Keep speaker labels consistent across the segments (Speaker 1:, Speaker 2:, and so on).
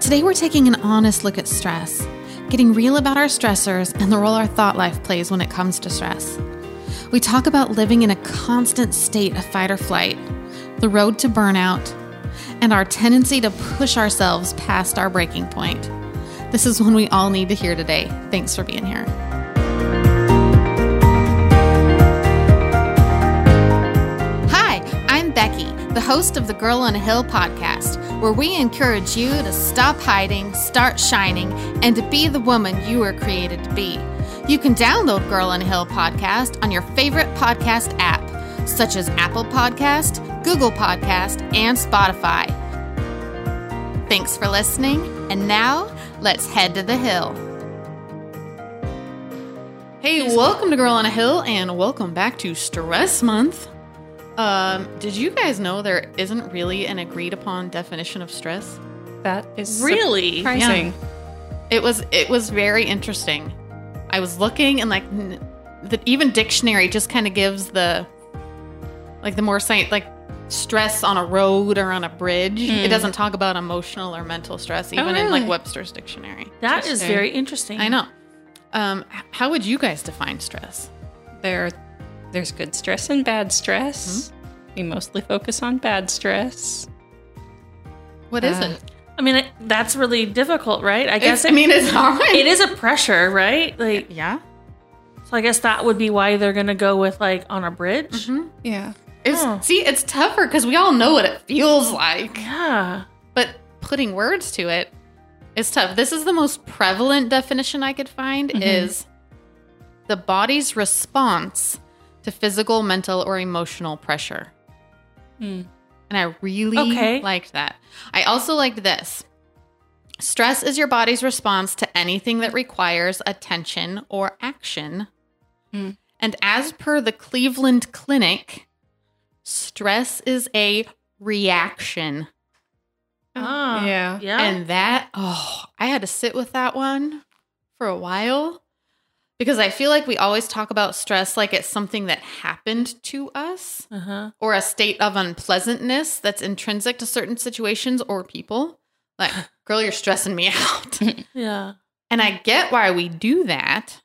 Speaker 1: Today, we're taking an honest look at stress, getting real about our stressors and the role our thought life plays when it comes to stress. We talk about living in a constant state of fight or flight, the road to burnout, and our tendency to push ourselves past our breaking point. This is one we all need to hear today. Thanks for being here. Hi, I'm Becky, the host of the Girl on a Hill podcast, where we encourage you to stop hiding, start shining, and to be the woman you were created to be. You can download Girl on a Hill podcast on your favorite podcast app, such as Apple Podcast, Google Podcast, and Spotify. Thanks for listening, and now let's head to the hill. Hey, welcome to Girl on a Hill, and welcome back to Stress Month. Um, did you guys know there isn't really an agreed upon definition of stress?
Speaker 2: That is
Speaker 3: Really?
Speaker 2: surprising.
Speaker 1: It was it was very interesting. I was looking and like n- the even dictionary just kind of gives the like the more science like stress on a road or on a bridge. It doesn't talk about emotional or mental stress even in like
Speaker 3: Hmm. Oh, really?
Speaker 1: Webster's dictionary.
Speaker 3: That is
Speaker 2: Interesting.
Speaker 3: very interesting.
Speaker 1: I know. Um, h- how would you guys define stress?
Speaker 2: There, there's good stress and bad stress.
Speaker 3: Mm-hmm.
Speaker 2: We mostly focus on bad stress.
Speaker 1: What is
Speaker 2: Uh,
Speaker 1: it?
Speaker 3: I mean, it- that's really difficult, right? I guess
Speaker 1: It's- I
Speaker 3: it,
Speaker 1: mean, it's hard.
Speaker 3: it is a pressure, right? Like,
Speaker 1: Yeah.
Speaker 3: so I guess that would be why they're gonna go with like on a bridge.
Speaker 1: Mm-hmm.
Speaker 2: Yeah.
Speaker 1: It's,
Speaker 3: Huh.
Speaker 1: See, it's tougher because we all know what it feels like.
Speaker 3: Yeah,
Speaker 1: but putting words to it is tough. This is the most prevalent definition I could find is the body's response to physical, mental, or emotional pressure. And I really
Speaker 3: Okay.
Speaker 1: liked that. I also liked this. Stress is your body's response to anything that requires attention or action.
Speaker 2: Mm.
Speaker 1: And as per the Cleveland Clinic, stress is a reaction.
Speaker 3: Ah.
Speaker 2: Yeah.
Speaker 3: yeah.
Speaker 1: And that, oh, I had to sit with that one for a while because I feel like we always talk about stress like it's something that happened to us
Speaker 3: uh huh.
Speaker 1: or a state of unpleasantness that's intrinsic to certain situations or people. Like, girl, you're stressing me out.
Speaker 3: Yeah.
Speaker 1: and I get why we do that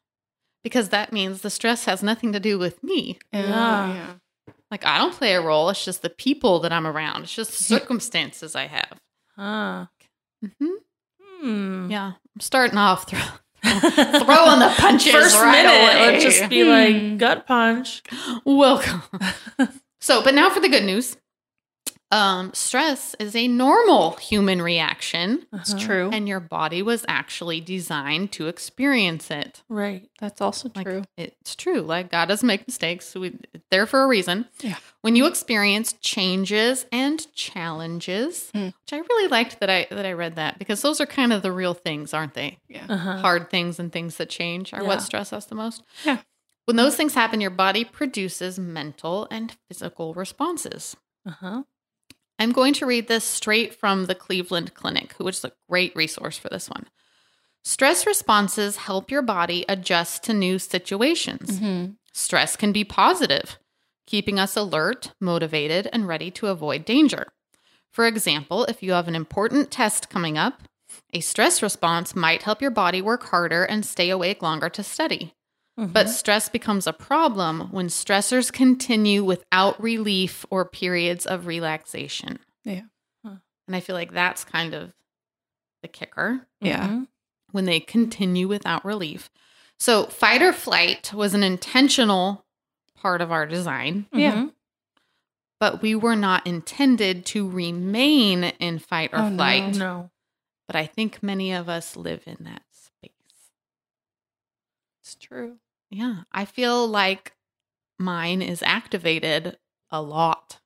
Speaker 1: because that means the stress has nothing to do with me.
Speaker 3: Yeah.
Speaker 1: Like, I don't play a role. It's just the people that I'm around, it's just the circumstances I have.
Speaker 3: Huh.
Speaker 1: hmm
Speaker 3: Hmm.
Speaker 1: Yeah. I'm starting off through. throwing the punches
Speaker 3: First
Speaker 1: right
Speaker 3: minute,
Speaker 1: away.
Speaker 3: it would just be
Speaker 2: Hmm.
Speaker 3: like gut punch.
Speaker 1: Welcome. so, but now for the good news. Um, stress is a normal human reaction,
Speaker 2: It's
Speaker 3: Uh-huh.
Speaker 2: true.
Speaker 1: and your body was actually designed to experience it.
Speaker 3: Right.
Speaker 2: That's also
Speaker 1: Like,
Speaker 2: true.
Speaker 1: It's true. Like God does make mistakes. We it's there for a reason.
Speaker 2: Yeah.
Speaker 1: When you experience changes and challenges,
Speaker 2: Mm.
Speaker 1: which I really liked that I that I read that because those are kind of the real things, aren't they?
Speaker 3: Uh huh.
Speaker 1: hard things and things that change are
Speaker 3: Yeah.
Speaker 1: what stress us the most.
Speaker 2: Yeah.
Speaker 1: When those things happen, your body produces mental and physical responses.
Speaker 3: Uh huh.
Speaker 1: I'm going to read this straight from the Cleveland Clinic, who- which is a great resource for this one. Stress responses help your body adjust to new
Speaker 2: Mm-hmm.
Speaker 1: situations. Stress can be positive, keeping us alert, motivated, and ready to avoid danger. For example, if you have an important test coming up, a stress response might help your body work harder and stay awake longer to study. But stress becomes a problem when stressors continue without relief or periods of relaxation.
Speaker 2: Yeah.
Speaker 3: Huh.
Speaker 1: And I feel like that's kind of the kicker
Speaker 3: Mm-hmm.
Speaker 2: Yeah.
Speaker 1: when they continue without relief. So, fight or flight was an intentional part of our design,
Speaker 2: Yeah.
Speaker 3: Mm-hmm.
Speaker 1: but we were not intended to remain in fight or
Speaker 2: Oh, no.
Speaker 1: flight.
Speaker 3: No.
Speaker 1: But I think many of us live in that space.
Speaker 2: It's true.
Speaker 1: Yeah, I feel like mine is activated a lot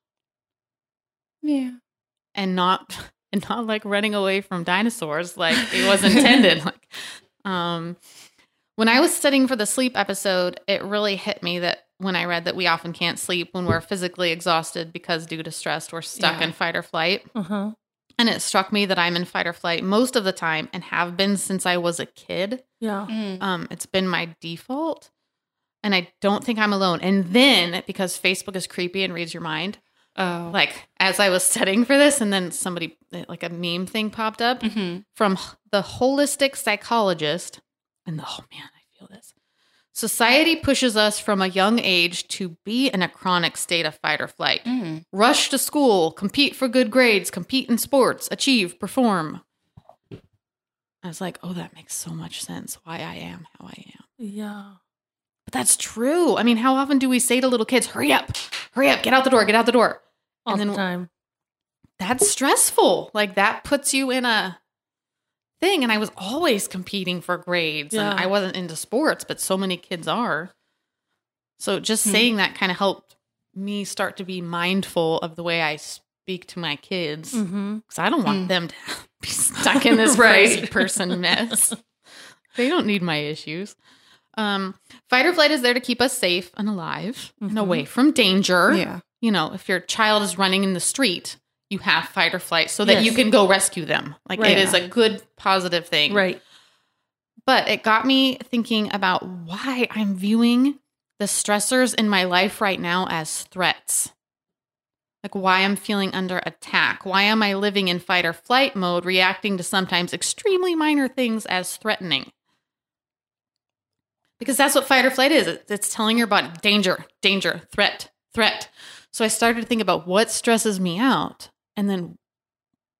Speaker 2: Yeah.
Speaker 1: and not and not like running away from dinosaurs like it was intended like um when i was studying for the sleep episode it really hit me that when i read that we often can't sleep when we're physically exhausted because due to stress we're stuck
Speaker 2: Yeah.
Speaker 1: in fight or flight
Speaker 3: Uh huh.
Speaker 1: and it struck me that i'm in fight or flight most of the time and have been since i was a kid
Speaker 3: Yeah.
Speaker 2: Mm-hmm.
Speaker 1: um, it's been my default and i don't think i'm alone and then because facebook is creepy and reads your mind
Speaker 2: Oh.
Speaker 1: Like as I was studying for this, and then somebody like a meme thing popped up
Speaker 2: mm-hmm.
Speaker 1: from h- the holistic psychologist, and oh man, I feel this. Society pushes us from a young age to be in a chronic state of fight or flight.
Speaker 2: Mm.
Speaker 1: Rush to school, compete for good grades, compete in sports, achieve, perform. I was like, oh, that makes so much sense why I am how I am.
Speaker 3: Yeah.
Speaker 1: But that's true. I mean, how often do we say to little kids, hurry up, hurry up, get out the door, get out the door?
Speaker 3: All
Speaker 1: And then-
Speaker 3: the time.
Speaker 1: That's stressful. Like that puts you in a thing. And I was always competing for grades and
Speaker 3: Yeah.
Speaker 1: I wasn't into sports, but so many kids are. So just
Speaker 2: Hmm.
Speaker 1: saying that kind of helped me start to be mindful of the way I speak to my kids.
Speaker 3: Mm-hmm.
Speaker 1: because I don't want
Speaker 2: Mm.
Speaker 1: them to be stuck in this
Speaker 3: Right.
Speaker 1: crazy person mess. they don't need my issues. Um, fight or flight is there to keep us safe and alive and
Speaker 3: Mhm.
Speaker 1: away from danger.
Speaker 2: Yeah.
Speaker 1: You know, if your child is running in the street, you have fight or flight so that you
Speaker 3: Yes.
Speaker 1: can go rescue them. Like
Speaker 3: Right.
Speaker 1: it is a good positive thing.
Speaker 3: Right.
Speaker 1: But it got me thinking about why I'm viewing the stressors in my life right now as threats. Like why I'm feeling under attack. Why am I living in fight or flight mode, reacting to sometimes extremely minor things as threatening? Because that's what fight or flight is. It- It's telling your body danger, danger, threat, threat. So I started to think about what stresses me out and then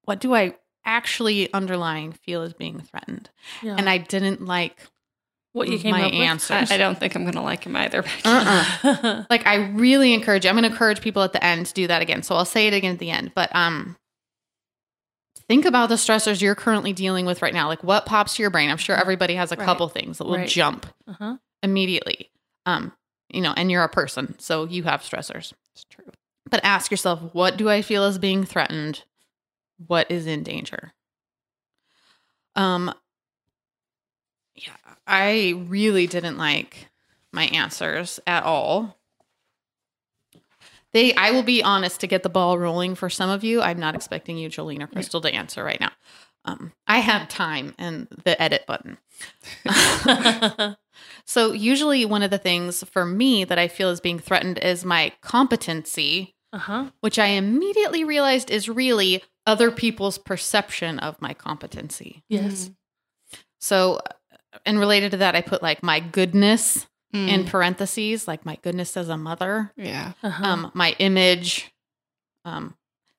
Speaker 1: what do I actually underlying feel as being threatened?
Speaker 3: Yeah.
Speaker 1: and I didn't like
Speaker 3: what you came
Speaker 1: my
Speaker 3: up with?
Speaker 1: answer.
Speaker 2: I, I don't think I'm going to like him either. Mm-hmm. Becky.
Speaker 1: Uh-uh.
Speaker 3: Uh-huh.
Speaker 1: like I really encourage you. I'm going to encourage people at the end to do that again. So I'll say it again at the end, but um think about the stressors you're currently dealing with right now. Like what pops to your brain? I'm sure everybody has a
Speaker 2: Right.
Speaker 1: couple things that will
Speaker 3: Right.
Speaker 1: jump
Speaker 3: Uh-huh.
Speaker 1: immediately. Um you know, and you're a person, so you have stressors.
Speaker 2: It's true.
Speaker 1: But ask yourself, what do I feel is being threatened? What is in danger? Um yeah, I really didn't like my answers at all. They I will be honest to get the ball rolling for some of you. I'm not expecting you, Jolene or Crystal, to answer right now. Um, I have time and the edit button. So usually one of the things for me that I feel is being threatened is my competency
Speaker 3: Uh-huh.
Speaker 1: which I immediately realized is really other people's perception of my competency.
Speaker 3: Yes.
Speaker 1: So, uh, and related to that, I put like my goodness
Speaker 2: Mm.
Speaker 1: in parentheses, like my goodness as a mother,
Speaker 2: yeah.
Speaker 3: Uh-huh.
Speaker 1: um, my image, um,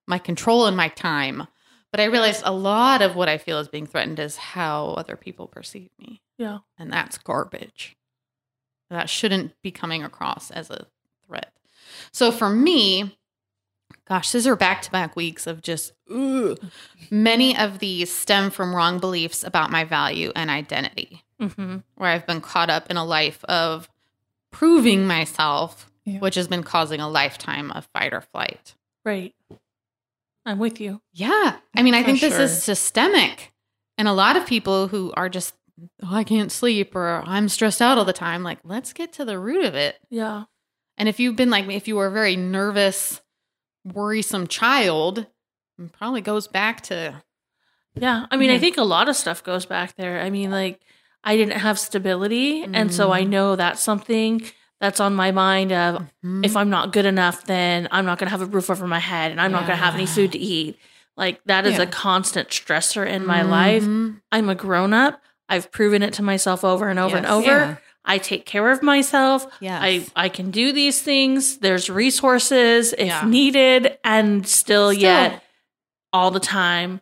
Speaker 1: my control, and my time. But I realized a lot of what I feel is being threatened is how other people perceive me.
Speaker 3: yeah.
Speaker 1: And that's garbage. That shouldn't be coming across as a threat. So for me, gosh, these are back to back weeks of just ugh. many of these stem from wrong beliefs about my value and identity,
Speaker 3: Mm-hmm.
Speaker 1: where I've been caught up in a life of proving myself,
Speaker 2: Yeah.
Speaker 1: which has been causing a lifetime of fight or flight.
Speaker 3: Right. I'm with you.
Speaker 1: Yeah. I mean, I
Speaker 2: For
Speaker 1: think this
Speaker 2: sure.
Speaker 1: is systemic. And a lot of people who are just, oh, I can't sleep or I'm stressed out all the time, like, let's get to the root of it.
Speaker 3: Yeah.
Speaker 1: And if you've been like me, if you were a very nervous, worrisome child, it probably goes back to,
Speaker 3: Yeah. I mean, I
Speaker 2: Mhm.
Speaker 3: think a lot of stuff goes back there. I mean, like I didn't have stability, and so I
Speaker 1: Mm.
Speaker 3: know that's something that's on my mind of
Speaker 1: "Hmm,
Speaker 3: if I'm not good enough, then I'm not going to have a roof over my head and I'm not going to have any
Speaker 1: Yeah.
Speaker 3: food to eat. Like that is
Speaker 2: Yeah.
Speaker 3: a constant stressor in my life.
Speaker 1: mhm,
Speaker 3: I'm a grown up. I've proven it to myself over and over and
Speaker 1: Yes.
Speaker 3: over.
Speaker 2: Yeah.
Speaker 3: I take care of myself.
Speaker 1: Yes.
Speaker 3: I, I can do these things. There's resources if
Speaker 1: Yeah.
Speaker 3: needed. And still,
Speaker 1: Still.
Speaker 3: yet, all the time,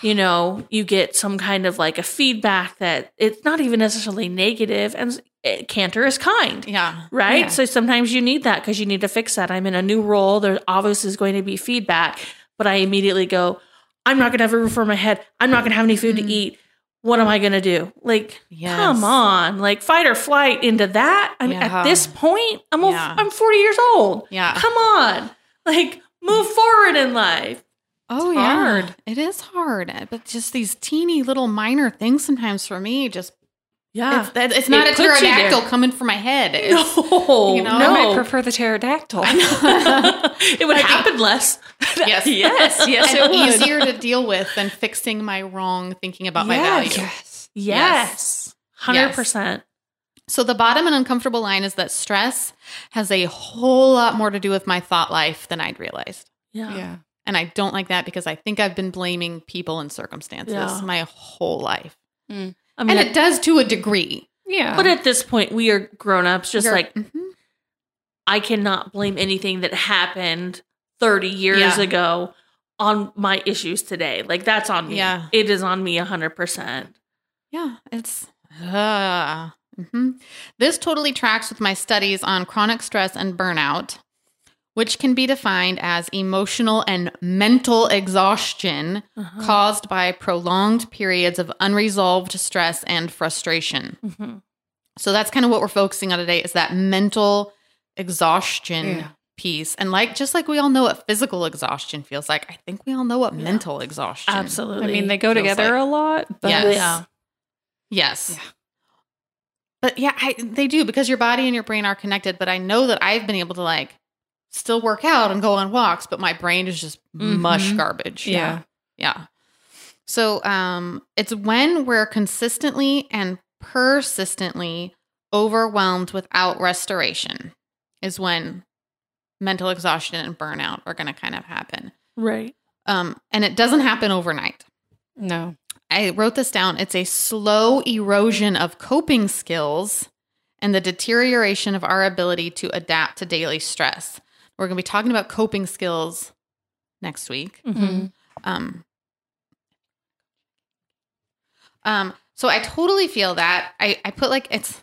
Speaker 3: you know, you get some kind of like a feedback that it's not even necessarily negative, and it, Cantor is kind
Speaker 1: yeah.
Speaker 3: right?
Speaker 2: Yeah.
Speaker 3: So sometimes you need that because you need to fix that. I'm in a new role. There obviously is going to be feedback, but I immediately go, I'm not going to have a roof over my head. I'm not going to have any food
Speaker 1: Mhm.
Speaker 3: to eat. What am I going to do? Like,
Speaker 1: Yes.
Speaker 3: come on, like fight or flight into that. I mean,
Speaker 1: Yeah.
Speaker 3: at this point, I'm al-
Speaker 1: Yeah.
Speaker 3: I'm 40 years old.
Speaker 1: Yeah.
Speaker 3: Come on, like move forward in life.
Speaker 1: Oh,
Speaker 3: It's hard.
Speaker 1: yeah. It is hard. eh, But just these teeny little minor things sometimes for me just,
Speaker 3: Yeah,
Speaker 1: it's, that- it's not
Speaker 3: It
Speaker 1: a
Speaker 3: puts you there.
Speaker 1: pterodactyl coming for my head. It's-
Speaker 3: no,
Speaker 1: you know,
Speaker 2: I might
Speaker 3: no.
Speaker 2: prefer the pterodactyl.
Speaker 3: it would happen less.
Speaker 1: Yes.
Speaker 2: Yes, yes,
Speaker 1: and
Speaker 2: it would.
Speaker 1: easier to deal with than fixing my wrong thinking about my value.
Speaker 3: Yes.
Speaker 2: yes.
Speaker 3: Yes, hundred percent.
Speaker 1: So the bottom and uncomfortable line is that stress has a whole lot more to do with my thought life than I'd realized.
Speaker 3: Yeah.
Speaker 2: Yeah.
Speaker 1: And I don't like that because I think I've been blaming people and circumstances
Speaker 3: Yeah.
Speaker 1: my whole life.
Speaker 3: I mean,
Speaker 1: and it uh, does to a degree.
Speaker 2: Yeah.
Speaker 3: but at this point, we are grown ups. Just
Speaker 1: You're-
Speaker 3: like
Speaker 1: Mhm.
Speaker 3: I cannot blame anything that happened 30 years
Speaker 1: Yeah.
Speaker 3: ago on my issues today. Like that's on me.
Speaker 1: Yeah.
Speaker 3: It is on me 100%.
Speaker 1: Yeah, it's. Uh, hmm This totally tracks with my studies on chronic stress and burnout, which can be defined as emotional and mental exhaustion
Speaker 3: Uh-huh.
Speaker 1: caused by prolonged periods of unresolved stress and frustration.
Speaker 3: Mhm.
Speaker 1: So that's kind of what we're focusing on today is that mental exhaustion
Speaker 2: Yeah.
Speaker 1: piece. And like just like we all know what physical exhaustion feels like, I think we all know what
Speaker 3: Yeah.
Speaker 1: mental exhaustion
Speaker 3: Absolutely.
Speaker 2: I mean, they go
Speaker 1: Feels
Speaker 2: together
Speaker 1: like-
Speaker 2: a lot. But
Speaker 1: Yes.
Speaker 3: Yeah.
Speaker 1: Yes.
Speaker 2: Yeah.
Speaker 1: But yeah, I, they do because your body and your brain are connected. But I know that I've been able to like still work out and go on walks, but my brain is just mush
Speaker 3: Mhm.
Speaker 1: garbage.
Speaker 2: Yeah.
Speaker 1: Yeah. So um, it's when we're consistently and persistently overwhelmed without restoration, is when mental exhaustion and burnout are going to kind of happen.
Speaker 3: right.
Speaker 1: Um, and it doesn't happen overnight.
Speaker 2: No.
Speaker 1: I wrote this down. It's a slow erosion of coping skills and the deterioration of our ability to adapt to daily stress. We're going to be talking about coping skills next week.
Speaker 2: Mm-hmm.
Speaker 3: Mhm.
Speaker 1: Um, um, so I totally feel that. I, I put like it's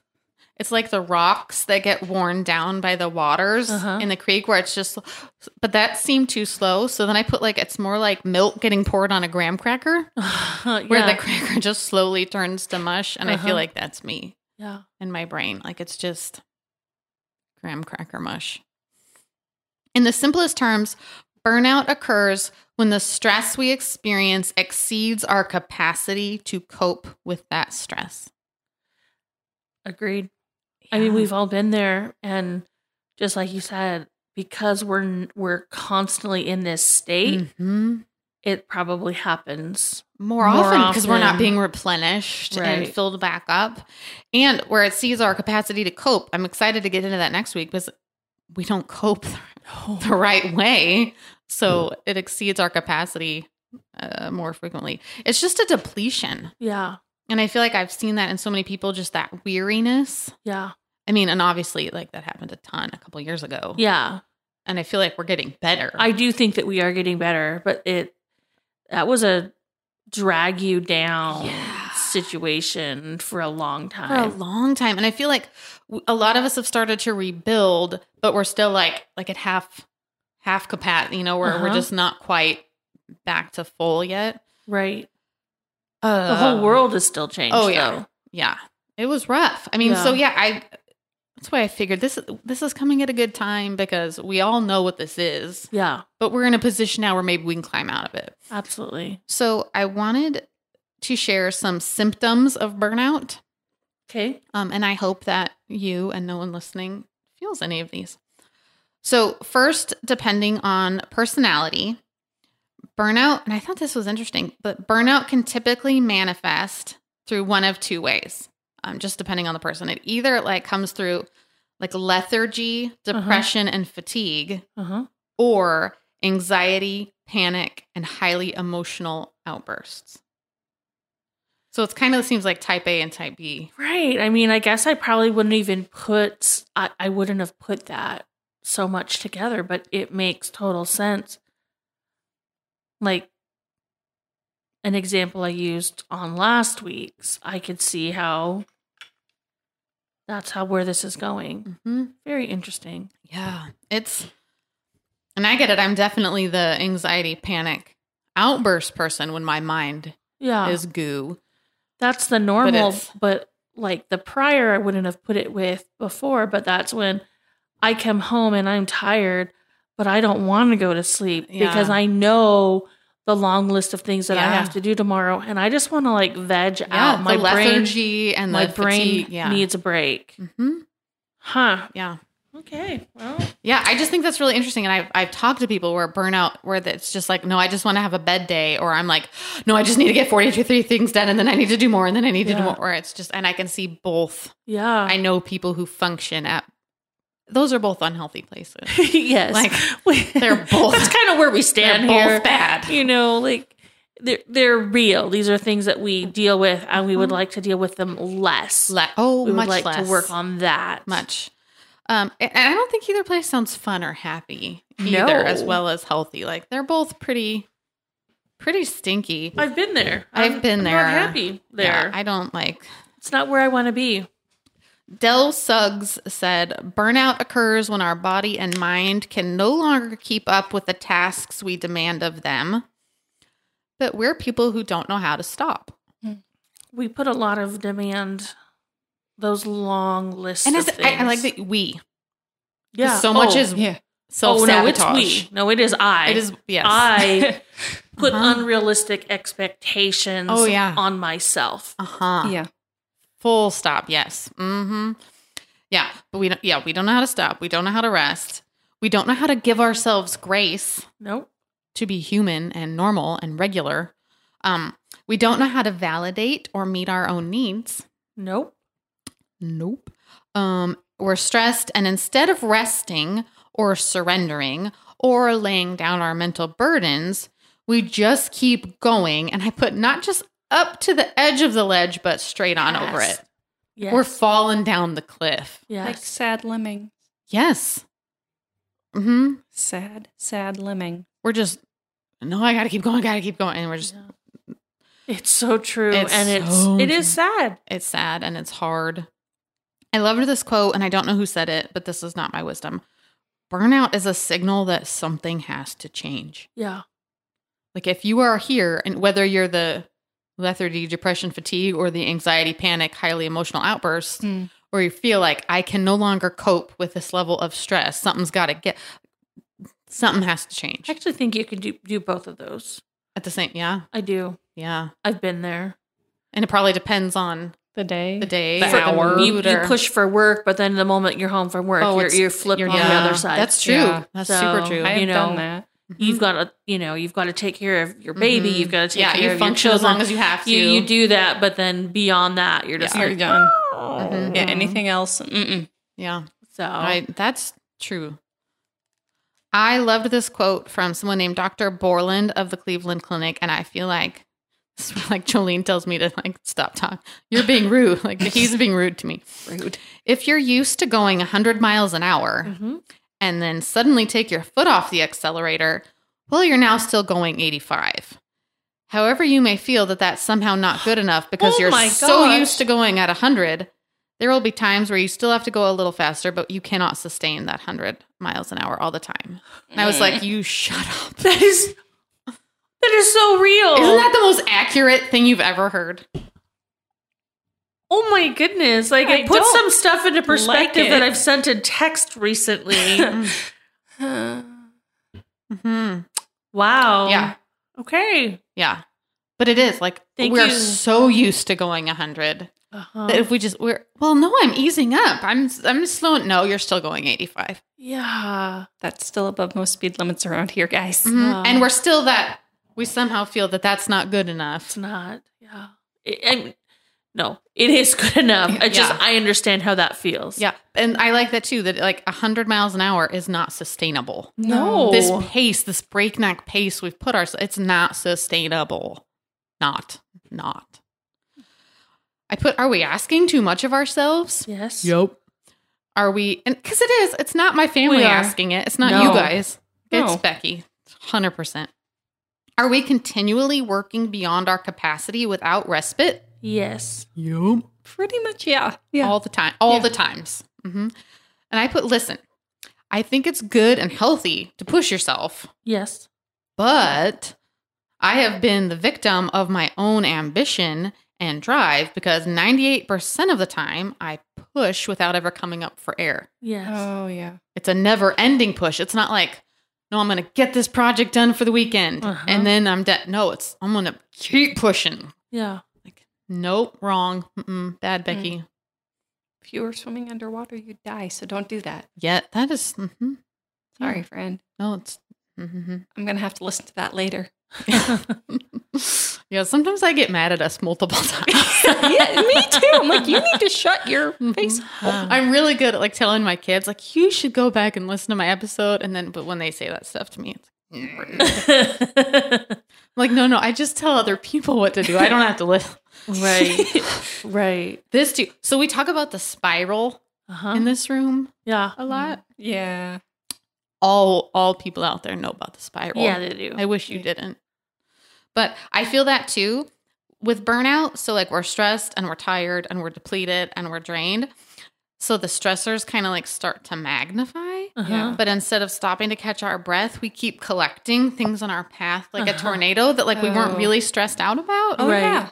Speaker 1: it's like the rocks that get worn down by the waters
Speaker 3: Uh-huh.
Speaker 1: in the creek where it's just but that seemed too slow. So then I put like it's more like milk getting poured on a graham cracker where
Speaker 3: Mm-hmm. yeah.
Speaker 1: the cracker just slowly turns to mush and i
Speaker 3: Uh-huh.
Speaker 1: feel like that's me
Speaker 3: yeah.
Speaker 1: in my brain like it's just graham cracker mush in the simplest terms burnout occurs when the stress we experience exceeds our capacity to cope with that stress
Speaker 3: Agreed. I mean, we've all been there, and just like you said, because we're we're constantly in this state,
Speaker 1: Mhm.
Speaker 3: it probably happens.
Speaker 1: more,
Speaker 3: More
Speaker 1: often because we're not
Speaker 3: often.
Speaker 1: being replenished and
Speaker 3: Right.
Speaker 1: filled back up and where it sees our capacity to cope i'm excited to get into that next week because we don't cope the right way.
Speaker 3: Mm.
Speaker 1: So it exceeds our capacity uh, more frequently. It's just a depletion.
Speaker 3: Yeah,
Speaker 1: And I feel like I've seen that in so many people, just that weariness.
Speaker 3: yeah,
Speaker 1: I mean, and obviously, like that happened a ton a couple years ago.
Speaker 3: yeah.
Speaker 1: And I feel like we're getting better.
Speaker 3: I do think that we are getting better, but it that was a drag you down
Speaker 1: Yeah.
Speaker 3: situation for a long
Speaker 1: for a
Speaker 3: time.
Speaker 1: long time. And I feel like w- a lot of us have started to rebuild, but we're still like, like at half, half capacity, you know, where we're
Speaker 3: Uh-huh.
Speaker 1: just not quite back to full yet.
Speaker 3: right,
Speaker 1: Uh,
Speaker 3: the whole world is still changed.
Speaker 1: oh,
Speaker 3: Um, Oh
Speaker 1: yeah.
Speaker 3: yeah,
Speaker 1: Yeah. It was rough. I mean,
Speaker 3: Yeah.
Speaker 1: so yeah, I that's why I figured this this is coming at a good time because we all know what this is,
Speaker 3: yeah,
Speaker 1: but we're in a position now where maybe we can climb out of it.
Speaker 3: absolutely.
Speaker 1: So I wanted to share some symptoms of burnout.
Speaker 3: Okay,
Speaker 1: Um, and I hope that you and no one listening feels any of these. So, first, depending on personality, burnout, and I thought this was interesting, but burnout can typically manifest through one of two ways, um, just depending on the person. It either like comes through like lethargy, depression, and fatigue,
Speaker 3: uh huh,
Speaker 1: or anxiety, panic, and highly emotional outbursts. So it's kind of seems like type A and type B
Speaker 3: right. I mean, I guess I probably wouldn't even put I, I wouldn't have put that so much together, but it makes total sense. Like an example I used on last week's, I could see how that's how where this is going.
Speaker 1: hmm
Speaker 3: Very interesting.
Speaker 1: Yeah, it's, and I get it. I'm definitely the anxiety panic outburst person when my mind
Speaker 3: Yeah.
Speaker 1: is goo.
Speaker 3: That's the normal,
Speaker 1: it's-
Speaker 3: but, like the prior, I wouldn't have put it with before, but that's when I come home and I'm tired, but I don't want to go to sleep because
Speaker 1: Yeah.
Speaker 3: I know the long list of things that I
Speaker 1: Yeah.
Speaker 3: have to do tomorrow. And I just want to like veg
Speaker 1: Yeah,
Speaker 3: out my
Speaker 1: Uh, the
Speaker 3: brain.
Speaker 1: lethargy and
Speaker 3: My
Speaker 1: the
Speaker 3: brain
Speaker 1: fatigue. Yeah,
Speaker 3: needs a break.
Speaker 1: hmm
Speaker 3: Huh.
Speaker 1: yeah,
Speaker 3: Okay. Well,
Speaker 1: yeah. I just think that's really interesting, and I've I've talked to people where burnout, where it's just like, no, I just want to have a bed day, or I'm like, no, I just need to get forty to three things done, and then I need to do more, and then I need to do
Speaker 3: Yeah.
Speaker 1: more. Or it's just, and I can see both.
Speaker 3: yeah.
Speaker 1: I know people who function at those are both unhealthy places.
Speaker 3: yes.
Speaker 1: Like,
Speaker 3: We-
Speaker 1: they're both-
Speaker 3: That's kind of where we
Speaker 1: They're
Speaker 3: stand here.
Speaker 1: both bad.
Speaker 3: You know, like they're they're real. These are things that we deal with, and we would
Speaker 1: Mhm.
Speaker 3: like to deal with them less.
Speaker 1: Le- oh,
Speaker 3: we would
Speaker 1: much
Speaker 3: like
Speaker 1: less.
Speaker 3: to work on that
Speaker 1: much. Um, and and I don't think either place sounds fun or happy either,
Speaker 3: No.
Speaker 1: as well as healthy. Like they're both pretty, pretty stinky.
Speaker 3: I've been there.
Speaker 1: I've
Speaker 3: I'm-
Speaker 1: been
Speaker 3: I'm
Speaker 1: there.
Speaker 3: Not happy there.
Speaker 1: Yeah, I don't like.
Speaker 3: it's not where I want to be.
Speaker 1: Del Suggs said, "Burnout occurs when our body and mind can no longer keep up with the tasks we demand of them, but we're people who don't know how to stop."
Speaker 3: We put a lot of demand. Those long lists.
Speaker 1: And
Speaker 3: of
Speaker 1: it's, I, I like
Speaker 3: things.
Speaker 1: that we
Speaker 3: Yeah.
Speaker 1: so much
Speaker 3: Oh,
Speaker 1: is
Speaker 2: Yeah.
Speaker 1: self sabotage.
Speaker 3: Oh no, it's we. No, it is I.
Speaker 1: It is yes.
Speaker 3: I put
Speaker 1: Uh-huh.
Speaker 3: unrealistic expectations.
Speaker 1: Oh, yeah.
Speaker 3: on myself.
Speaker 1: uh huh.
Speaker 2: Yeah.
Speaker 1: Full stop. Yes. Mm-hmm. Yeah. But we don't. Yeah, we don't know how to stop. We don't know how to rest. We don't know how to give ourselves grace
Speaker 3: Nope.
Speaker 1: to be human and normal and regular. Um, we don't know how to validate or meet our own needs.
Speaker 3: Nope.
Speaker 1: Nope. Um, we're stressed, and instead of resting or surrendering or laying down our mental burdens, we just keep going. And I put not just up to the edge of the ledge, but straight on over
Speaker 3: Yes.
Speaker 1: it.
Speaker 3: Yes.
Speaker 1: We're falling down the cliff.
Speaker 3: yes.
Speaker 2: Like sad lemming.
Speaker 1: Yes. Hmm.
Speaker 2: Sad, sad lemming.
Speaker 1: We're just no. I gotta keep going. Gotta keep going. And we're just.
Speaker 3: Yeah. It's so true,
Speaker 1: It's
Speaker 3: and it's
Speaker 1: so
Speaker 3: it is
Speaker 1: true.
Speaker 3: sad.
Speaker 1: It's sad and it's hard. I loved this quote, and I don't know who said it, but this is not my wisdom. Burnout is a signal that something has to change.
Speaker 3: Yeah,
Speaker 1: Like if you are here, and whether you're the lethargy, depression, fatigue, or the anxiety, panic, highly emotional outbursts,
Speaker 3: Hmm.
Speaker 2: Mm.
Speaker 1: or you feel like I can no longer cope with this level of stress, something's got to get. Something has to change.
Speaker 3: I actually think you can do do both of those.
Speaker 1: At the same, yeah,
Speaker 3: I do.
Speaker 1: yeah.
Speaker 3: I've been there.
Speaker 1: And it probably depends on
Speaker 2: The day.
Speaker 1: the day,
Speaker 2: The
Speaker 1: or the
Speaker 2: hour.
Speaker 1: mood
Speaker 3: You, you
Speaker 1: or-
Speaker 3: push for work, but then the moment you're home from work,
Speaker 1: Oh,
Speaker 3: you're
Speaker 1: it's-
Speaker 3: you're flipped
Speaker 1: you're
Speaker 3: on the
Speaker 1: down.
Speaker 3: other side.
Speaker 1: That's true.
Speaker 2: Yeah.
Speaker 1: That's
Speaker 3: So,
Speaker 1: super true.
Speaker 2: I have
Speaker 3: you know,
Speaker 2: done that.
Speaker 3: You've got to you know you've got to take care of your baby.
Speaker 1: Mhm.
Speaker 3: You've got to take
Speaker 1: yeah,
Speaker 3: care
Speaker 1: you
Speaker 3: of
Speaker 1: function
Speaker 3: your
Speaker 1: as long
Speaker 3: children.
Speaker 1: as you have to.
Speaker 3: you you do that, but then beyond that, you're just
Speaker 1: Yeah.
Speaker 2: You're
Speaker 3: like,
Speaker 2: done.
Speaker 1: Mhm.
Speaker 2: Yeah, anything else? Mm-mm.
Speaker 1: Yeah,
Speaker 3: So
Speaker 1: I, that's true. I loved this quote from someone named Dr. Borland of the Cleveland Clinic, and I feel like it's like Jolene tells me to like stop talking. You're being rude. Like he's being rude to me.
Speaker 2: Rude.
Speaker 1: If you're used to going 100 miles an hour
Speaker 3: Mhm.
Speaker 1: and then suddenly take your foot off the accelerator, well, you're now still going 85. However, you may feel that that's someho not good enough because
Speaker 3: Oh my
Speaker 1: you're so
Speaker 3: gosh.
Speaker 1: used to going at 100. There will be times where you still have to go a little faster, but you cannot sustain that 100 miles an hour all the time. And I was
Speaker 3: Mm.
Speaker 1: like, you shut up.
Speaker 3: that is that is so real.
Speaker 1: Isn't that the most accurate thing you've ever heard?
Speaker 3: Oh my goodness. Like
Speaker 2: I
Speaker 3: it puts
Speaker 2: don't
Speaker 3: some stuff into perspective
Speaker 2: it.
Speaker 3: that I've sent a text recently.
Speaker 1: hmm
Speaker 3: wow.
Speaker 1: Yeah.
Speaker 3: Okay.
Speaker 1: Yeah. But it is like
Speaker 3: Thank
Speaker 1: we're
Speaker 3: you.
Speaker 1: so used to going 100
Speaker 3: Uh-huh.
Speaker 1: that if we just we're well no I'm easing up. I'm I'm slow no you're still going 85.
Speaker 3: yeah.
Speaker 2: That's still above most speed limits around here, guys.
Speaker 1: Mhm.
Speaker 3: Uh,
Speaker 1: and we're still that we somehow feel that that's not good enough.
Speaker 3: It's not. Yeah. It, I'm, no, it is good enough. I just
Speaker 1: Yeah.
Speaker 3: I understand how that feels.
Speaker 1: Yeah, and I like that too. That like hundred miles an hour is not sustainable.
Speaker 3: No.
Speaker 1: This pace, this breakneck pace we've put ourselves, it's not sustainable. Not, not. I put. Are we asking too much of ourselves?
Speaker 3: Yes.
Speaker 1: Yep. Are we? And because it is, it's not my family
Speaker 3: We are.
Speaker 1: asking it. It's not
Speaker 3: No.
Speaker 1: you guys. It's
Speaker 2: No.
Speaker 1: Becky. Hundred percent. Are we continually working beyond our capacity without respite?
Speaker 3: Yes.
Speaker 1: Yep.
Speaker 2: Pretty much, yeah. Yeah.
Speaker 1: all the time, all
Speaker 2: Yeah.
Speaker 1: the times. hmm And I put, listen, I think it's good and healthy to push yourself,
Speaker 3: Yes.
Speaker 1: but I have been the victim of my own ambition and drive because 98% of the time I push without ever coming up for air.
Speaker 3: Yes.
Speaker 2: oh, yeah.
Speaker 1: It's a never ending push. It's not like, no, I'm going to get this project done for the weekend
Speaker 3: Uh-huh.
Speaker 1: and then I'm done. No, it's, I'm going to keep pushing.
Speaker 3: yeah.
Speaker 1: Like, nope, wrong. Mm-mm, bad Becky.
Speaker 2: If you were swimming underwater, you'd die. So don't do that.
Speaker 1: Yeah, that is- mhm.
Speaker 2: Sorry, friend.
Speaker 1: No, it's. mhm.
Speaker 2: I'm going to have to listen to that later.
Speaker 1: yeah, Yeah, sometimes I get mad at us multiple times.
Speaker 2: yeah, me too. I'm like, you need to shut your face.
Speaker 3: Um, Uh.
Speaker 1: I'm really good at like telling my kids, like, you should go back and listen to my episode. And then, but when they say that stuff to me, it's
Speaker 3: Mm.
Speaker 1: I'm like, no, no, I just tell other people what to do. I don't have to listen.
Speaker 3: right. right.
Speaker 1: This too. So we talk about the spiral
Speaker 3: Uh huh.
Speaker 1: in this room
Speaker 3: yeah.
Speaker 1: a lot.
Speaker 2: Yeah.
Speaker 1: All all people out there know about the spiral.
Speaker 3: Yeah, they do.
Speaker 1: I wish you didn't. But I feel that too with burnout. So, like, we're stressed and we're tired and we're depleted and we're drained. So, the stressors kind of like start to magnify.
Speaker 3: Uh-huh.
Speaker 1: But instead of stopping to catch our breath, we keep collecting things on our path like a
Speaker 3: Uh-huh.
Speaker 1: tornado that like we weren't
Speaker 2: Oh.
Speaker 1: really stressed out about.
Speaker 2: Oh,
Speaker 3: Right.
Speaker 2: yeah.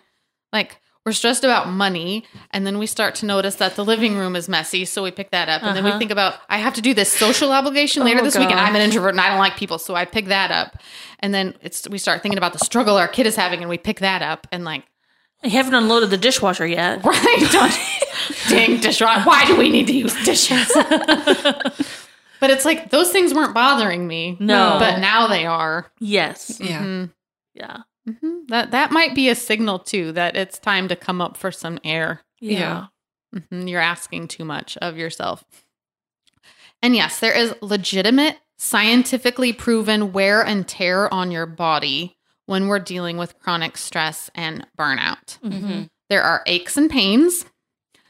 Speaker 1: Like, we're stressed about money, and then we start to notice that the living room is messy. So we pick that up, and then we
Speaker 3: Uh-huh.
Speaker 1: think about I have to do this social obligation later
Speaker 3: Oh,
Speaker 1: this weekend. I'm an
Speaker 3: gosh.
Speaker 1: introvert and I don't like people, so I pick that up. And then it's we start thinking about the struggle our kid is having, and we pick that up, and like
Speaker 3: I haven't unloaded the dishwasher yet.
Speaker 1: right, don't, dang dishwasher. Why do we need to use dishes? but it's like those things weren't bothering me,
Speaker 3: No.
Speaker 1: but now they are.
Speaker 3: Yes.
Speaker 2: Yeah.
Speaker 1: Mhm.
Speaker 3: Yeah.
Speaker 1: Mhm. That that might be a signal too that it's time to come up for some air.
Speaker 2: Yeah.
Speaker 1: Mhm, You're asking too much of yourself. And yes, there is legitimate, scientifically proven wear and tear on your body when we're dealing with chronic stress and burnout.
Speaker 3: Mm-hmm.
Speaker 2: Mhm.
Speaker 1: There are aches and pains.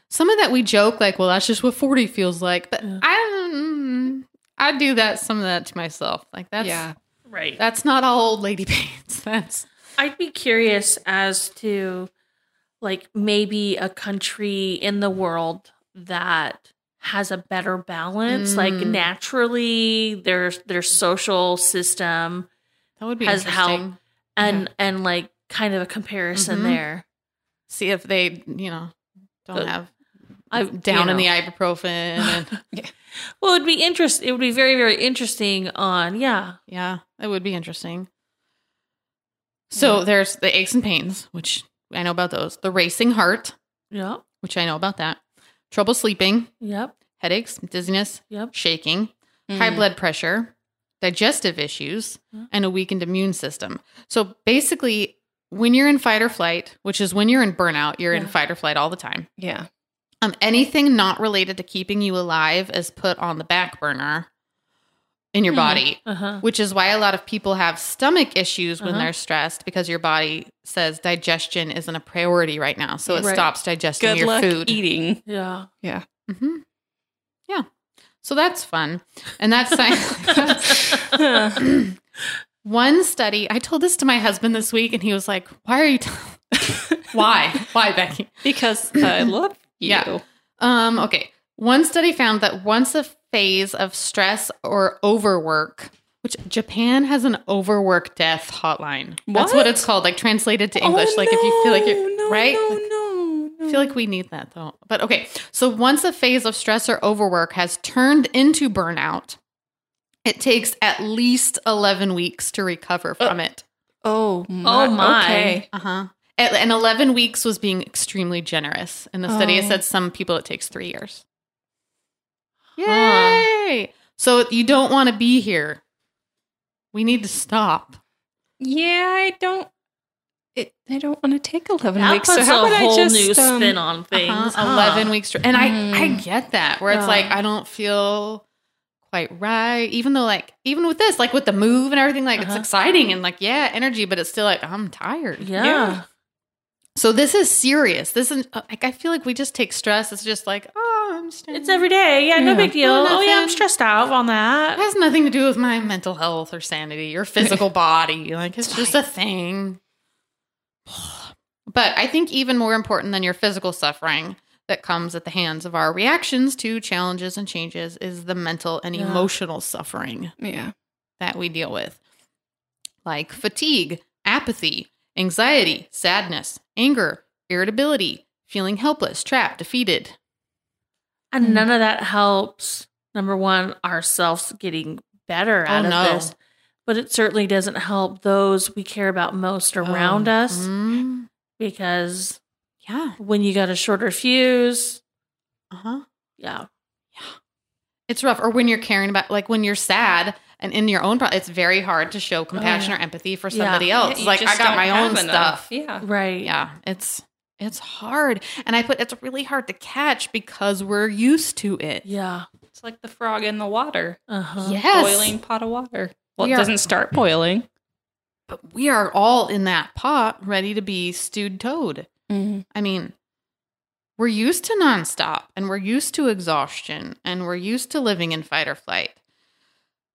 Speaker 1: Some of that we joke like, well, that's just what 40 feels like. But
Speaker 3: Yeah.
Speaker 1: I mm, I do that some of that to myself. Like that's
Speaker 2: yeah.
Speaker 3: Right.
Speaker 1: that's not all old lady pains. That's
Speaker 3: I'd be curious as to like maybe a country in the world that has a better balance like
Speaker 1: Mm.
Speaker 3: naturally their their social system
Speaker 1: that would be
Speaker 3: Has helped.
Speaker 1: interesting.
Speaker 3: and and like kind of a comparison
Speaker 1: Mhm.
Speaker 3: there
Speaker 1: See if they, you know, don't
Speaker 3: Uh,
Speaker 1: have
Speaker 3: I
Speaker 1: down in the ibuprofen and
Speaker 3: well it'd be interest it would be very very interesting on yeah
Speaker 1: Yeah, that would be interesting. So there's the aches and pains, which I know about those. The racing heart,
Speaker 3: yep
Speaker 1: which I know about that. Trouble sleeping,
Speaker 3: yep
Speaker 1: headaches, dizziness,
Speaker 3: yep Mm.
Speaker 1: shaking,
Speaker 2: Mm-hmm.
Speaker 1: high blood pressure, digestive issues,
Speaker 3: Mhm.
Speaker 1: and a weakened immune system. So basically, when you're in fight or flight, which is when you're in burnout, you're in
Speaker 3: Yeah.
Speaker 1: fight or flight all the time.
Speaker 2: Yeah.
Speaker 1: Um, anything not related to keeping you alive is put on the back burner in your
Speaker 2: Hmm.
Speaker 1: body
Speaker 3: uh-huh
Speaker 1: which is why a lot of people have stomach issues when
Speaker 3: Uh-huh.
Speaker 1: they're stressed because your body says digestion isn't a priority right now. So it
Speaker 3: Right.
Speaker 1: stops digesting
Speaker 2: Good
Speaker 1: your
Speaker 2: luck
Speaker 1: food.
Speaker 2: eating.
Speaker 3: yeah
Speaker 1: hmm Yeah. So that's fun. And that's science. One study, I told this to my husband this week and he was like, Why are you? T- why? Why, Becky?
Speaker 2: because I love you.
Speaker 1: Yeah. Um, okay. One study found that once a phase of stress or overwork, which Japan has an overwork death hotline. That's what
Speaker 2: What? Oh,
Speaker 1: it's called, like translated to English. like if you feel like you're right.
Speaker 2: No, no,
Speaker 1: I feel like we need that though. But okay. So once a phase of stress or overwork has turned into burnout, it takes at least 11 weeks to recover
Speaker 2: Uh,
Speaker 1: from it.
Speaker 2: oh my.
Speaker 3: my.
Speaker 2: Okay.
Speaker 1: Uh-huh. And and 11 weeks was being extremely generous. In the study, it
Speaker 2: Oh.
Speaker 1: said some people it takes three years.
Speaker 3: Huh.
Speaker 1: Yay! So you don't want to be here. We need to stop.
Speaker 2: Yeah, I don't. It, I don't want to take eleven
Speaker 3: that
Speaker 2: weeks. So
Speaker 3: puts
Speaker 2: how
Speaker 3: a
Speaker 2: would
Speaker 3: whole
Speaker 2: I just
Speaker 3: new
Speaker 2: um,
Speaker 3: spin on things
Speaker 1: Uh-huh,
Speaker 3: huh?
Speaker 1: 11 weeks. And
Speaker 2: Mm.
Speaker 1: I, I get that, where it's
Speaker 3: Yeah.
Speaker 1: like, I don't feel quite right. Even though, like, even with this, like with the move and everything, like it's
Speaker 3: Uh-huh.
Speaker 1: exciting and like, yeah, energy, but it's still like, I'm tired.
Speaker 3: yeah.
Speaker 1: So this is serious. This is uh, like, I feel like we just take stress. It's just like, oh, I'm stressed.
Speaker 3: It's every day. Yeah,
Speaker 2: Yeah.
Speaker 3: no big deal.
Speaker 1: Oh,
Speaker 3: Oh, yeah, I'm
Speaker 1: nothing.
Speaker 3: stressed out on
Speaker 1: It
Speaker 3: that.
Speaker 1: has nothing to do with my mental health or sanity or physical body. Like it's just a thing. But I think even more important than your physical suffering that comes at the hands of our reactions to challenges and changes is the mental and
Speaker 3: Yeah.
Speaker 1: emotional suffering
Speaker 2: Yeah.
Speaker 1: that we deal with, like fatigue, apathy, anxiety, sadness, anger, irritability, feeling helpless, trapped, defeated.
Speaker 3: And none of that helps, number one, ourselves getting better out
Speaker 1: Oh,
Speaker 3: of
Speaker 1: no.
Speaker 3: this. But it certainly doesn't help those we care about most around
Speaker 1: Oh,
Speaker 3: us
Speaker 1: mm,
Speaker 3: because
Speaker 1: yeah.
Speaker 3: when you got a shorter fuse,
Speaker 1: Uh huh.
Speaker 3: yeah.
Speaker 1: It's rough. Or when you're caring about, like when you're sad and in your own pro- it's very hard to show compassion or empathy for
Speaker 3: Yeah.
Speaker 1: somebody
Speaker 2: Oh, Yeah,
Speaker 1: else
Speaker 2: you
Speaker 1: like i
Speaker 2: just
Speaker 1: got
Speaker 2: don't
Speaker 1: my own
Speaker 2: have enough.
Speaker 1: stuff
Speaker 2: Yeah.
Speaker 3: Right.
Speaker 1: yeah it's it's hard and i put it's really hard to catch because we're used to it
Speaker 3: Yeah.
Speaker 2: It's like the frog in the water,
Speaker 3: Uh-huh.
Speaker 1: yes
Speaker 2: boiling pot of water. Well,
Speaker 1: We
Speaker 2: it
Speaker 1: are-
Speaker 2: doesn't start boiling.
Speaker 1: but we are all in that pot ready to be stewed toad I mean, we're used to nonstop and we're used to exhaustion and we're used to living in fight or flight.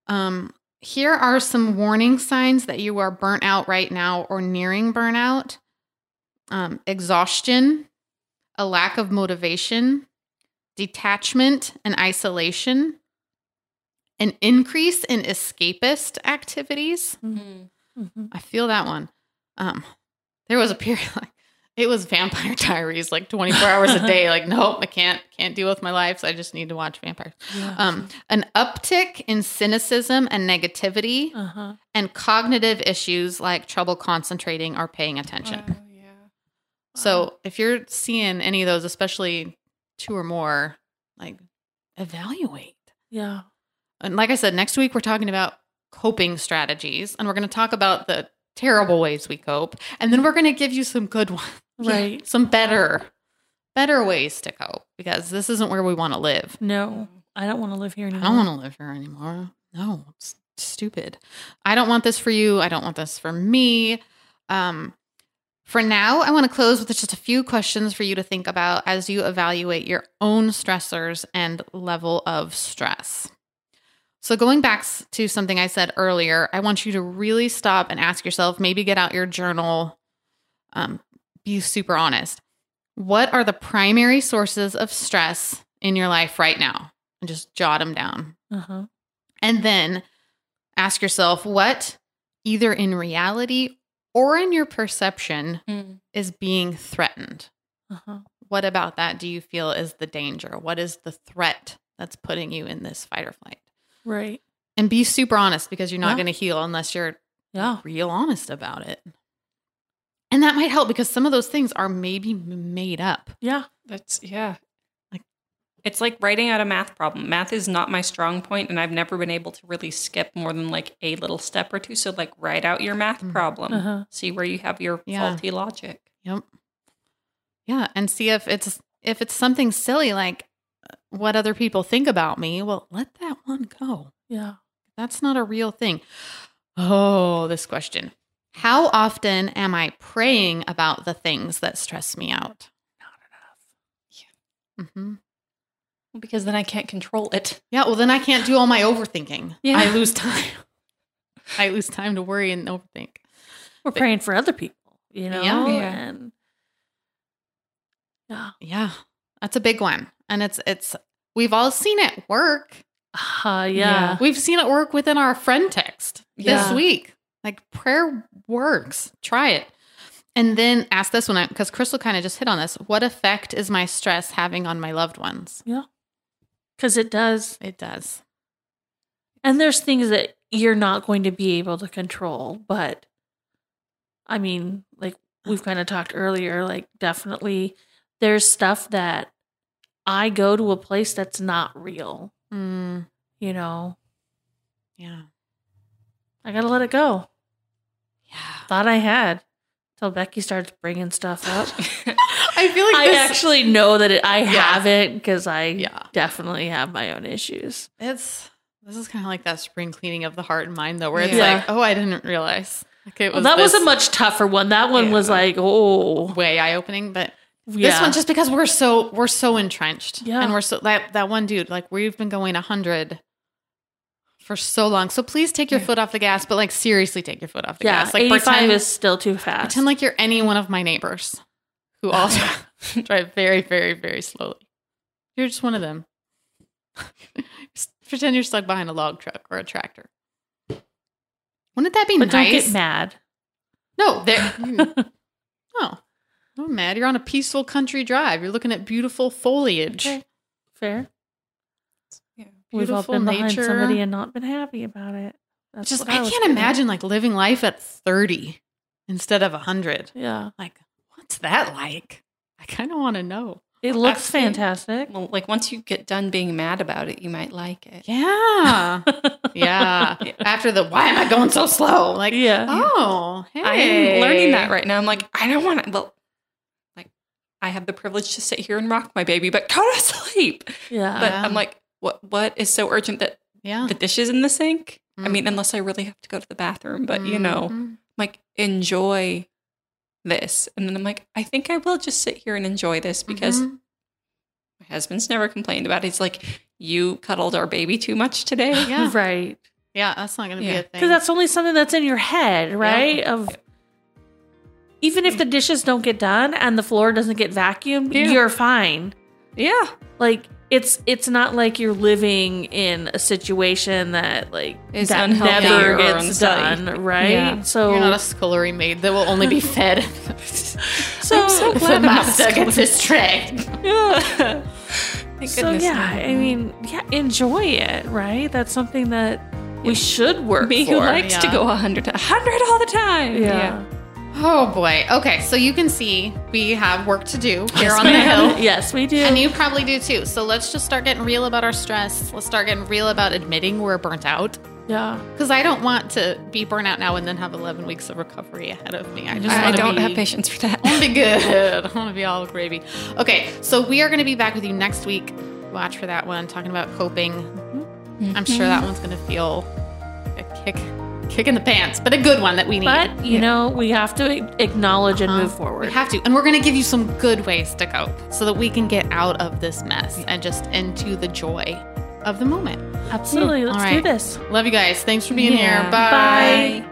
Speaker 1: Um, here are some warning signs that you are burnt out right now or nearing burnout um, exhaustion, a lack of motivation, detachment and isolation, an increase in escapist activities.
Speaker 2: Mm-hmm.
Speaker 3: Mhm.
Speaker 1: I feel that one. Um, there was a period like it was Vampire Diaries, like twenty four hours a day. Like, nope, I can't can't deal with my life, so I just need to watch vampires.
Speaker 3: Yeah.
Speaker 1: Um, an uptick in cynicism and negativity,
Speaker 3: uh-huh.
Speaker 1: and cognitive issues like trouble concentrating or paying attention.
Speaker 2: Oh, yeah.
Speaker 1: So, if you're seeing any of those, especially two or more, like evaluate.
Speaker 3: Yeah.
Speaker 1: And like I said, next week we're talking about coping strategies and we're going to talk about the terrible ways we cope. And then we're going to give you some good ones,
Speaker 3: Right.
Speaker 1: some better, better ways to cope because this isn't where we want to live.
Speaker 3: No.
Speaker 2: Oh.
Speaker 3: I don't want to live here
Speaker 1: I
Speaker 3: anymore.
Speaker 1: don't want to live here anymore. No, it's stupid. I don't want this for you. I don't want this for me. Um, for now, I want to close with just a few questions for you to think about as you evaluate your own stressors and level of stress. So, going back s- to something I said earlier, I want you to really stop and ask yourself maybe get out your journal, um, be super honest. What are the primary sources of stress in your life right now? And just jot them down.
Speaker 3: Uh-huh.
Speaker 1: And then ask yourself what, either in reality or in your perception, is being threatened.
Speaker 3: Uh-huh.
Speaker 1: What about that do you feel is the danger? What is the threat that's putting you in this fight or flight?
Speaker 3: Right.
Speaker 1: And be super honest because you're not
Speaker 3: Yeah.
Speaker 1: going to heal unless you're
Speaker 3: Yeah.
Speaker 1: real honest about it. And that might help because some of those things are maybe m- made up.
Speaker 3: Yeah.
Speaker 2: That's yeah.
Speaker 1: Like-
Speaker 2: It's like writing out a math problem. Math is not my strong point, and I've never been able to really skip more than like a little step or two. So, like, write out your math
Speaker 1: Mhm.
Speaker 2: problem,
Speaker 3: Uh-huh.
Speaker 2: see where you have your
Speaker 1: Yeah.
Speaker 2: faulty logic.
Speaker 1: Yep. Yeah, and see if it's if it's something silly like uh, what other people think about me. Well, let that one go.
Speaker 3: Yeah.
Speaker 1: That's not a real thing. Oh, this question. How often am I praying about the things that stress me out? hmm
Speaker 2: Well, because then I can't control it.
Speaker 1: Yeah, well, then I can't do all my overthinking.
Speaker 2: Yeah.
Speaker 1: I lose time. I lose time to worry and overthink.
Speaker 3: We're praying for other people, you know?
Speaker 1: Yeah.
Speaker 2: Yeah.
Speaker 3: And yeah.
Speaker 1: Yeah, that's a big one. And it's, it's, we've all seen it work.
Speaker 3: Uh, yeah.
Speaker 2: Yeah.
Speaker 1: We've seen it work within our friend text
Speaker 2: Yeah.
Speaker 1: this week. Like prayer works. Try it. And then ask this one because Crystal kind of just hit on this. What effect is my stress having on my loved ones?
Speaker 3: Cause it does.
Speaker 1: It does.
Speaker 3: And there's things that you're not going to be able to control, but I mean, like we've kind of talked earlier, like definitely there's stuff that I go to a place that's not real,
Speaker 1: Mm,
Speaker 3: you know.
Speaker 1: yeah.
Speaker 3: I got to let it go.
Speaker 1: Yeah.
Speaker 3: Thought I had till Becky starts bringing stuff up.
Speaker 1: I feel like
Speaker 3: I
Speaker 1: this,
Speaker 3: actually know that it, I
Speaker 1: Yeah.
Speaker 3: have it because I
Speaker 1: Yeah.
Speaker 3: definitely have my own issues.
Speaker 1: it's this is kind of like that spring cleaning of the heart and mind though, where it's
Speaker 3: Yeah.
Speaker 1: like, oh, I didn't realize. Like it was
Speaker 3: Well, that was
Speaker 1: this
Speaker 3: a much tougher one. That one was
Speaker 1: Yeah.
Speaker 3: like, oh,
Speaker 1: way eye opening, but
Speaker 3: yeah.
Speaker 1: This one just because we're so we're so entrenched.
Speaker 3: Yeah.
Speaker 1: And we're so that that one dude, like we've been going hundred for so long. So please take your foot off the gas, but like seriously take your foot off the
Speaker 3: yeah,
Speaker 1: gas. Like
Speaker 3: 85
Speaker 1: pretend,
Speaker 3: is still too fast.
Speaker 1: pretend like you're any one of my neighbors who also drive very, very, very slowly. You're just one of them. Just pretend you're stuck behind a log truck or a tractor. Wouldn't that be
Speaker 3: but don't
Speaker 1: nice?
Speaker 3: get mad.
Speaker 1: No, there. no, no, mad. You're on a peaceful country drive. You're looking at beautiful foliage,
Speaker 3: Okay. Fair.
Speaker 2: Yeah.
Speaker 3: We've all
Speaker 1: beautiful
Speaker 3: been behind
Speaker 1: nature.
Speaker 3: somebody and not been happy about it. That's
Speaker 1: Just
Speaker 3: what
Speaker 1: I
Speaker 3: was
Speaker 1: can't
Speaker 3: getting at.
Speaker 1: imagine like living life at 30 instead of 100.
Speaker 3: Yeah,
Speaker 1: Oh, Like, what's that like? I kind of want to know.
Speaker 3: It looks
Speaker 2: Actually-
Speaker 3: fantastic.
Speaker 2: Well, like once you get done being mad about it, you might like it.
Speaker 1: Yeah. yeah. After the why am I going so slow? Like,
Speaker 3: yeah.
Speaker 1: oh, hey.
Speaker 2: I'm learning that right now. I'm like, I don't want to. Well, like, I have the privilege to sit here and rock my baby, but go to sleep.
Speaker 1: oh,
Speaker 3: Yeah.
Speaker 2: But
Speaker 1: Yeah.
Speaker 2: I'm like, what? What is so urgent that
Speaker 1: Yeah.
Speaker 2: the dishes in the sink? I
Speaker 1: Mm.
Speaker 3: Mm-hmm.
Speaker 2: mean, unless I really have to go to the bathroom, but you know, I'm
Speaker 1: Mhm.
Speaker 2: like enjoy this. And then I'm like, I think I will just sit here and enjoy this because
Speaker 3: Mm-hmm.
Speaker 1: Mhm.
Speaker 2: my husband's never complained about it. He's like, you cuddled our baby too much today.
Speaker 1: yeah.
Speaker 3: Right.
Speaker 1: Yeah. That's not going to
Speaker 2: Yeah.
Speaker 1: be a thing.
Speaker 3: Because that's only something that's in your head, right? Of even if the dishes don't get done and the floor doesn't get vacuumed,
Speaker 2: Yeah.
Speaker 3: you're fine.
Speaker 2: yeah.
Speaker 3: Like it's it's not like you're living in a situation that like
Speaker 2: Is
Speaker 3: that
Speaker 2: unhealthy
Speaker 3: never
Speaker 2: or
Speaker 3: gets
Speaker 2: unsteady.
Speaker 3: done, right?
Speaker 2: Yeah.
Speaker 3: So
Speaker 1: You're not a scullery maid that will only be fed
Speaker 3: so,
Speaker 2: so
Speaker 1: if
Speaker 2: glad
Speaker 1: the
Speaker 2: I'm not
Speaker 1: master gets his tray.
Speaker 2: Yeah. Thank
Speaker 3: so
Speaker 2: goodness.
Speaker 3: yeah, I mean, yeah, enjoy it, right? That's something that we should work
Speaker 2: me
Speaker 3: for.
Speaker 2: who likes to
Speaker 1: yeah.
Speaker 2: go 100 100 all the time
Speaker 3: yeah.
Speaker 1: Oh boy. Okay, so you can see we have work to do here on the
Speaker 3: ma'am.
Speaker 1: hill.
Speaker 3: Yes, we do.
Speaker 1: And you probably do too. So let's just start getting real about our stress. Let's start getting real about admitting we're burnt out.
Speaker 3: yeah.
Speaker 1: Because I don't want to be burnt out now and then have 11 weeks of recovery ahead of me. Mm. I just
Speaker 2: i, I
Speaker 1: want to
Speaker 2: don't
Speaker 1: be,
Speaker 2: have patience for that
Speaker 1: I
Speaker 3: Oh,
Speaker 1: want to be good. I want to be all gravy. Okay, so we are going to be back with you next week. Watch for that one, talking about coping. I'm
Speaker 3: Mm-hmm.
Speaker 1: sure that one's going to feel a kick, kick in the pants, but a good one that we need.
Speaker 3: But you know, we have to acknowledge and move
Speaker 2: Uh-huh.
Speaker 1: We
Speaker 3: forward.
Speaker 1: have to. And we're going to give you some good ways to cope so that we can get out of this mess and just into the joy of the moment.
Speaker 3: Absolutely, let's
Speaker 1: Hmm. All right.
Speaker 3: do this.
Speaker 1: Love you guys. Thanks for being
Speaker 2: Yeah.
Speaker 1: here. Bye.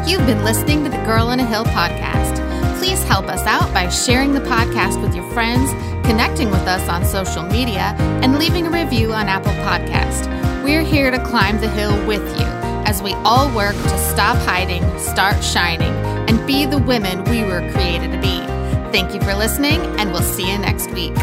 Speaker 3: Bye.
Speaker 4: You've been listening to the Girl in a Hill podcast. Please help us out by sharing the podcast with your friends, connecting with us on social media, and leaving a review on Apple Podcast. We're here to climb the hill with you as we all work to stop hiding, start shining, and be the women we were created to be. Thank you for listening, and we'll see you next week.